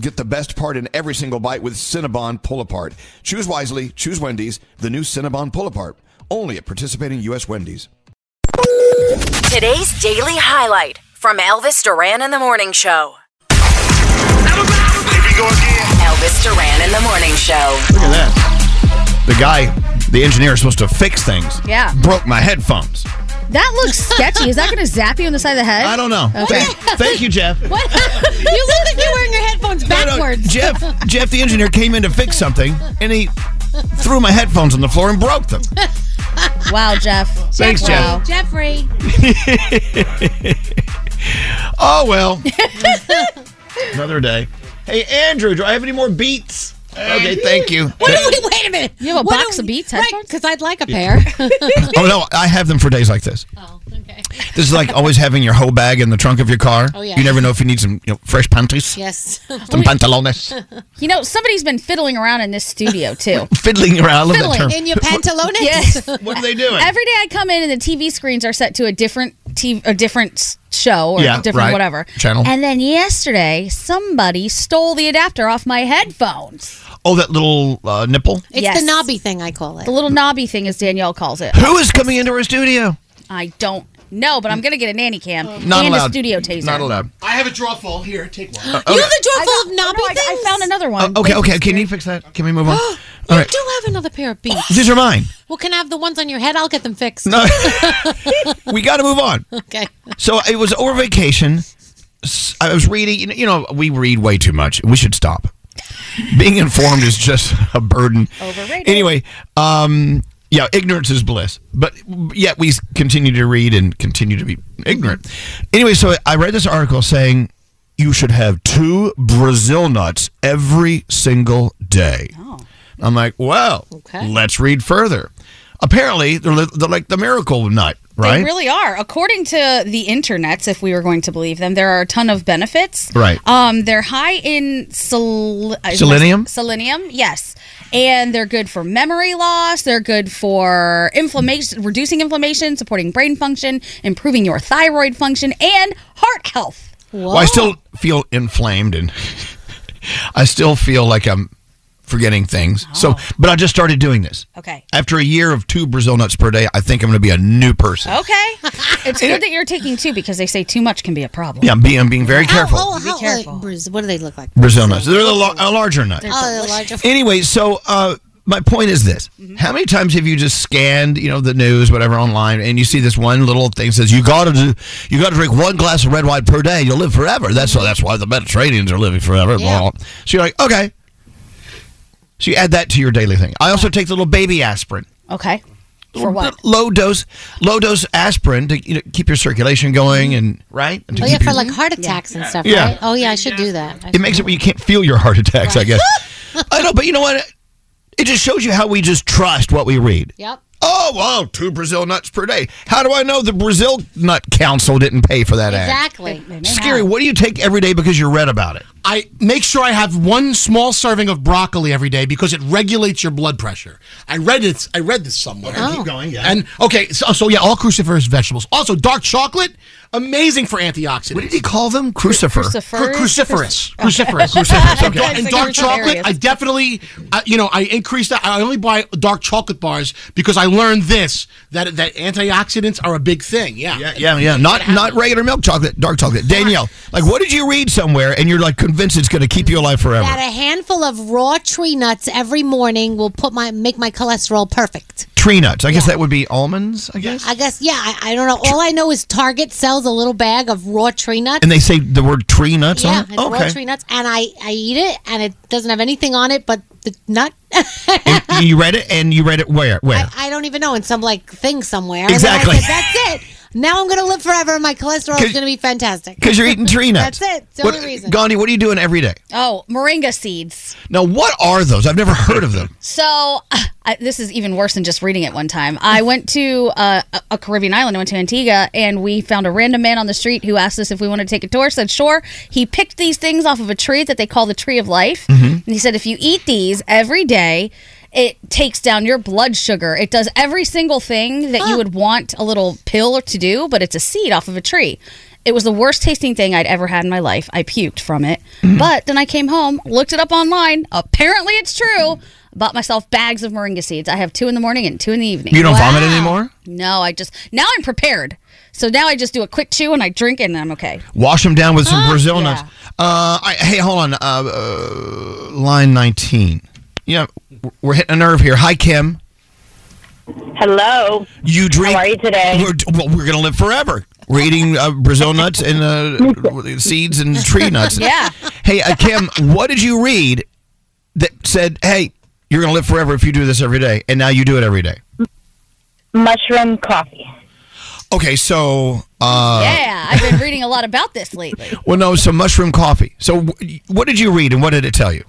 Get the best part in every single bite with Cinnabon Pull Apart. Choose wisely, choose Wendy's, the new Cinnabon Pull Apart, only at participating U.S. Wendy's. Today's daily highlight from Elvis Duran in the Morning Show. Elvis Duran in the Morning Show. Look at that. The guy, the engineer, is supposed to fix things. Yeah. Broke my headphones. That looks sketchy. Is that going to zap you on the side of the head? I don't know. Okay. Thank, thank you, Jeff. What? you look like you're wearing your headphones No, no, backwards. Jeff, Jeff, the engineer, came in to fix something, and he threw my headphones on the floor and broke them. Wow, Jeff. Thanks, Jeff. Wow. Jeffrey. Oh well. Another day. Hey Andrew, do I have any more beats? Okay, thank you. Wait, wait a minute. You have a What box do- of Beats Right, headphones? because I'd like a pair. Oh no, I have them for days like this. oh, okay. This is like always having your whole bag in the trunk of your car. Oh, yeah. You never know if you need some you know, fresh panties, Yes. some pantalones, You know, somebody's been fiddling around in this studio, too. fiddling around. I love that Fiddling term. In your pantalones? yes. What are they doing? Every day I come in and the TV screens are set to a different TV, a different s- show or Yeah, different right. whatever Channel. And then yesterday, somebody stole the adapter off my headphones. oh, that little uh, nipple. It's Yes. the knobby thing, I call it. The little knobby thing, as Danielle calls it. Who is coming into our studio? I don't know, but I'm gonna get a nanny cam Not and allowed. a studio taser. Not allowed. I have a draw full. Here, take one. you have a drawer full I, got- of oh, no, knobby I, got- I things? found another Uh, one. okay, okay. Can you fix that? Can we move on? All you right. do have another pair of beats. These are mine. Well, can I have the ones on your head? I'll get them fixed. No. we got to move on. Okay. So it was over vacation. S- I was reading. you know- You know, we read way too much. We should stop. Being informed is just a burden. Overrated. Anyway, um, yeah, ignorance is bliss. But yet we s- continue to read and continue to be ignorant. Anyway, so I read this article saying you should have two Brazil nuts every single day. Oh. I'm like, well, Okay. let's read further. Apparently, they're, li- they're like the miracle nut, right? They really are. According to the internets, if we were going to believe them, there are a ton of benefits. Right. Um, they're high in sel- uh, Selenium? Selenium, yes. And they're good for memory loss. They're good for inflammation, reducing inflammation, supporting brain function, improving your thyroid function, and heart health. Well, I still feel inflamed and I still feel like I'm forgetting things. So, but I just started doing this. Okay. After a year of two Brazil nuts per day, I think I'm going to be a new person. Okay. it's good that you're taking two because they say too much can be a problem. Yeah, I'm being, I'm being very careful. How, oh, how, careful. like, Brazil- what do they look like? Brazil nuts. They're the lo- a larger nut. Oh, the larger. Anyway, so uh, my point is this: How many times have you just scanned, you know, the news, whatever, online, and you see this one little thing says you got to do, you got to drink one glass of red wine per day, you'll live forever. That's that's why the Mediterraneans are living forever. blah, blah. So you're like, okay. So you add that to your daily thing. I also take the little baby aspirin. Okay. For what? Low dose, low dose aspirin to you know, keep your circulation going and right. And to Oh yeah, keep for your- like heart attacks and stuff, Yeah. right? Oh yeah, I should do that. I It makes it where you can't feel your heart attacks, I guess. I know, but you know what? It just shows you how we just trust what we read. Yep. Oh, well, two Brazil nuts per day. How do I know the Brazil Nut Council didn't pay for that ad? Exactly. Scary. What do you take every day because you read about it? I make sure I have one small serving of broccoli every day because it regulates your blood pressure. I read it. I read this somewhere. keep going. Yeah. And okay, so, so yeah, all cruciferous vegetables. Also, dark chocolate, amazing for antioxidants. What did he call them? Crucifer. Cru- cruciferous, cruciferous, Cruciferous, And, okay. dark- and It's like dark chocolate. hilarious. I definitely, I, you know, I increased that. I only buy dark chocolate bars because I learned this that that antioxidants are a big thing. Yeah, Yeah, yeah. Not not regular milk chocolate, dark chocolate. Danielle, like what did you read somewhere and you're like convinced it's going to keep you alive forever? That a handful of raw tree nuts every morning will put my make my cholesterol perfect. Tree nuts. I guess that would be almonds, I guess. I guess yeah. I, I don't know. All I know is Target sells a little bag of raw tree nuts. And they say the word tree nuts yeah, on it? it's raw tree nuts, and I I eat it, and it doesn't have anything on it but the nut. And you read it and you read it where? Where? I, I don't even know in some like thing somewhere. And then I Exactly. said, That's it. Now I'm gonna live forever, and my cholesterol Could- is gonna be fantastic. Because you're eating tree nuts. That's it. It's the What- only reason. Gandhi, what are you doing every day? Oh, moringa seeds. Now, what are those? I've never heard of them. So I, this is even worse than just reading it one time. I went to uh, a- a Caribbean island. I went to Antigua, and we found a random man on the street who asked us if we wanted to take a tour. Said sure. He picked these things off of a tree that they call the tree of life, and he said if you eat these every day. It takes down your blood sugar. It does every single thing that you would want a little pill to do, but it's a seed off of a tree. It was the worst tasting thing I'd ever had in my life. I puked from it. But then I came home, looked it up online. Apparently, it's true. Bought myself bags of moringa seeds. I have two in the morning and two in the evening. You don't vomit anymore? No, I just now I'm prepared. So now I just do a quick chew and I drink it and I'm okay. Wash them down with some Brazil yeah. nuts. Uh, I, hey, hold on. Uh, uh, line 19. You know, we're- we're hitting a nerve here. Hi, Kim. Hello. You drink. How are you today? We're, well, we're going to live forever. We're eating uh, Brazil nuts and uh, seeds and tree nuts. Yeah. Hey, uh, Kim, what did you read that said, hey, you're going to live forever if you do this every day? And now you do it every day. Mushroom coffee. Okay, so. Uh, yeah, I've been reading a lot about this lately. Well, no, so mushroom coffee. So, wh- what did you read and what did it tell you?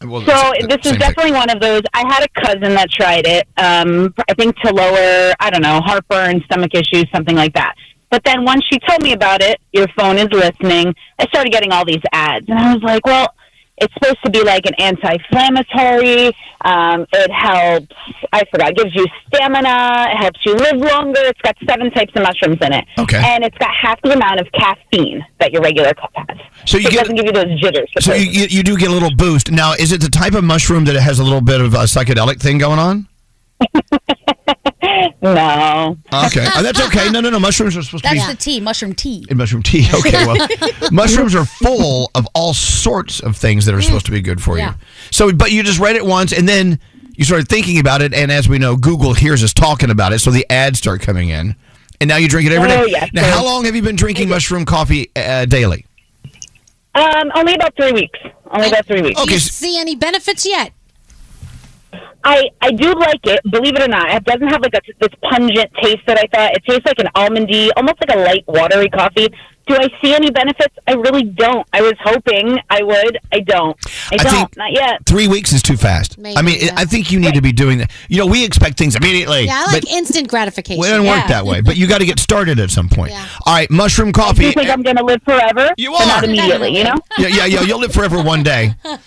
Well, So it's- this same is thing. definitely one of those. I had a cousin that tried it. Um, I think to lower, I don't know, heartburn, stomach issues, something like that. But then once she told me about it, your phone is listening. I started getting all these ads, and I was like, well, it's supposed to be like an anti-inflammatory. Um, it helps. I forgot. Gives you stamina. It helps you live longer. It's got seven types of mushrooms in it, Okay. and it's got half the amount of caffeine that your regular cup has. So you it get- doesn't give you those jitters. the So you, first you, you do get a little boost. Now, is it the type of mushroom that it has a little bit of a psychedelic thing going on? no. Okay, oh, that's okay. No, no, no. Mushrooms are supposed to be That's the tea, mushroom tea. in mushroom tea. Okay, well, mushrooms are full of all sorts of things that are supposed to be good for you. So, but you just read it once and then you started thinking about it, and as we know, Google hears us talking about it, so the ads start coming in, and now you drink it every day. Oh, yes, now, yes. how long have you been drinking mushroom coffee uh, daily? Um, only about three weeks. Only about three weeks. Okay, You s- see any benefits yet? I, I do like it, believe it or not. It doesn't have like a, this pungent taste that I thought. It tastes like an almondy, almost like a light watery coffee. Do I see any benefits? I really don't. I was hoping I would. I don't. I, don't. think- not yet. three weeks is too fast. I Maybe, mean, yeah. I think you need to be doing that. You know, we expect things immediately. Yeah, I like instant gratification. Well, it doesn't work that way, but you got to get started at some point. Yeah. All right, mushroom Do you coffee. uh, think I'm going to live forever? You But are. not immediately, you know? yeah, yeah, yeah. You'll live forever one day. Uh,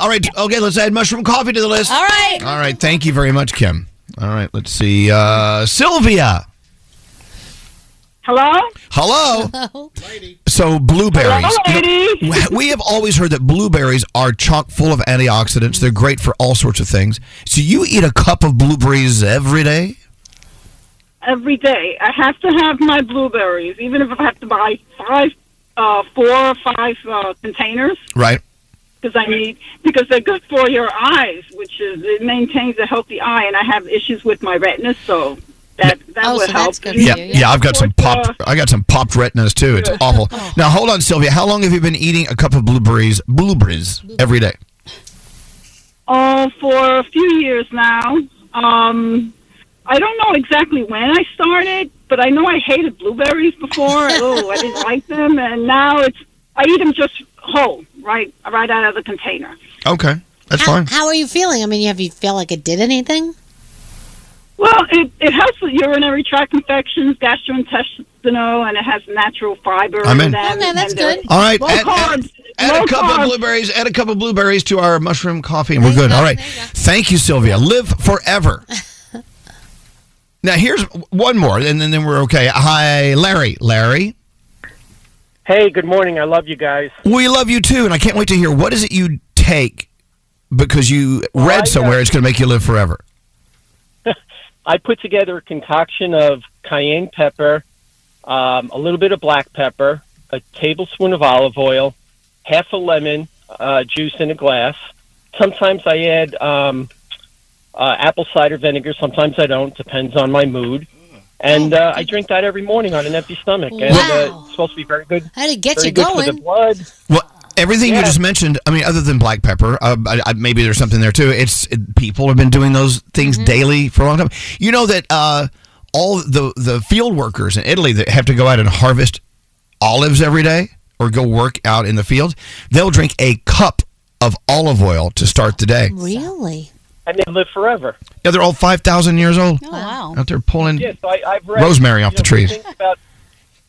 all right, okay. Let's add mushroom coffee to the list. All right. All right. Thank you very much, Kim. All right. Let's see. Uh, Sylvia. Hello? Hello. So blueberries. Hello, lady. You know, we have always heard that blueberries are chock full of antioxidants. They're great for all sorts of things. So you eat a cup of blueberries every day? every day. I have to have my blueberries, even if I have to buy five, uh, four or five uh, containers. Right. doctors I need because they're good for your eyes, which is it maintains a healthy eye. And I have issues with my retina, so that that will help. Yeah, yeah, I've got some Oh, popped. I got some popped retinas too. It's awful. Now hold on, Sylvia. How long have you been eating a cup of blueberries, blueberries every day? Oh, for a few years now. Um, I don't know exactly when I started, but I know I hated blueberries before. oh, I didn't like them, and now it's I eat them just whole, right, right out of the container. Okay, that's fine. How are you feeling? I mean, have you feel like it did anything? Well, it, it helps with urinary tract infections, gastrointestinal, and it has natural fiber. I'm in in. them, Okay, Oh, that's and they're good. All right, Low add- carbs. Add low a cup of carbs. blueberries. Add a cup of blueberries to our mushroom coffee, and we're good. All right. Thank you, Sylvia. Live forever. now here's one more, and then, then we're okay. Hi, Larry. Larry, Hey, good morning. I love you guys. we love you too, and I can't wait to hear what is it you take because you Oh, read somewhere it's going to make you live forever. I put together a concoction of cayenne pepper, um, a little bit of black pepper, a tablespoon of olive oil, half a lemon uh, juice in a glass. Sometimes I add um, uh, apple cider vinegar. Sometimes I don't. Depends on my mood. And uh, I drink that every morning on an empty stomach. And uh, it's supposed to be very good. How to get very you good For the going. blood. Well, everything you Yeah. just mentioned, I mean, other than black pepper, uh, I, I, maybe there's something there too. It's it, people have been doing those things daily for a long time. You know that uh, all the the field workers in Italy that have to go out and harvest olives every day or go work out in the field, they'll drink a cup of olive oil to start the day. Really? And they live forever. Yeah, they're all five thousand years old. Oh, wow. Out there pulling. Yeah, so I, I've read, rosemary off you the good trees. things about-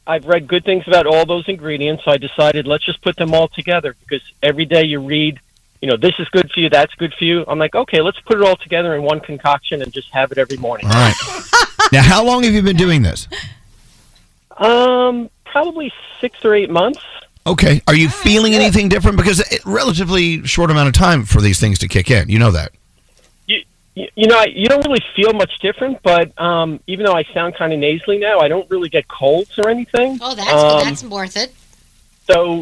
I've read good things about all those ingredients, so I decided let's just put them all together because every day you read, you know, this is good for you, that's good for you. I'm like, okay, let's put it all together in one concoction and just have it every morning. All right. now, how long have you been doing this? Um, probably six or eight months. Okay. Are you feeling anything different? Because it, relatively short amount of time for these things to kick in. You know that. You, you you know, I, you don't really feel much different, but um, even though I sound kind of nasally now, I don't really get colds or anything. Oh, that's Um, that's worth it. So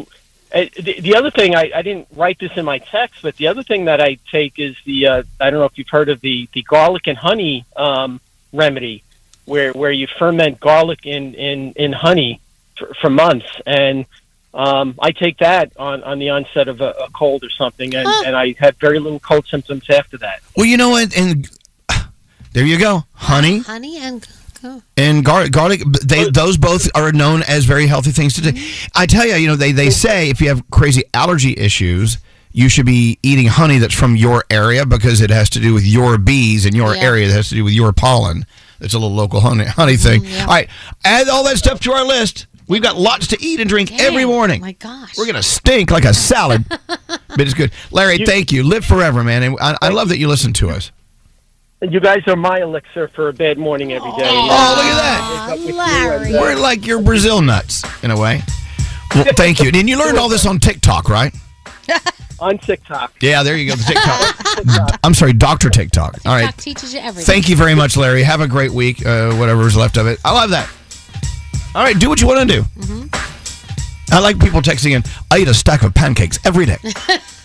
uh, the, the other thing I, I didn't write this in my text, but the other thing that I take is the uh, I don't know if you've heard of the the garlic and honey um, remedy, where where you ferment garlic in in in honey for, for months, and um, I take that on on the onset of a, a cold or something, and, and I have very little cold symptoms after that. Well, you know what? And there you go, honey Honey and go. and garlic. Garlic. They those both are known as very healthy things to do. I tell you, you know, they they say if you have crazy allergy issues. You should be eating honey that's from your area because it has to do with your bees in your Yeah. area. That has to do with your pollen. It's a little local honey honey thing. All right, add all that stuff to our list. We've got lots to eat and drink every morning. My gosh. We're gonna stink like a salad, but it's good. Larry, thank you. Live forever, man, and I, I love that you listen to us. And you guys are my elixir for a bad morning every day. Oh, look at that, Larry! We're like your Brazil nuts in a way. Well, thank you. And you learned all this on TikTok, right? on TikTok. Yeah, there you go. The TikTok. I'm sorry, Doctor TikTok. All right. TikTok teaches you everything. Thank you very much, Larry. Have a great week. Uh, whatever's left of it. I love that. All right, do what you want to do. I like people texting in. I eat a stack of pancakes every day.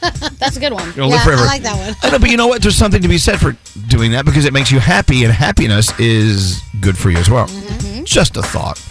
That's a good one. You'll live forever. I know, but you know what? There's something to be said for Mm-hmm. doing that because it makes you happy, and happiness is good for you as well. Just a thought.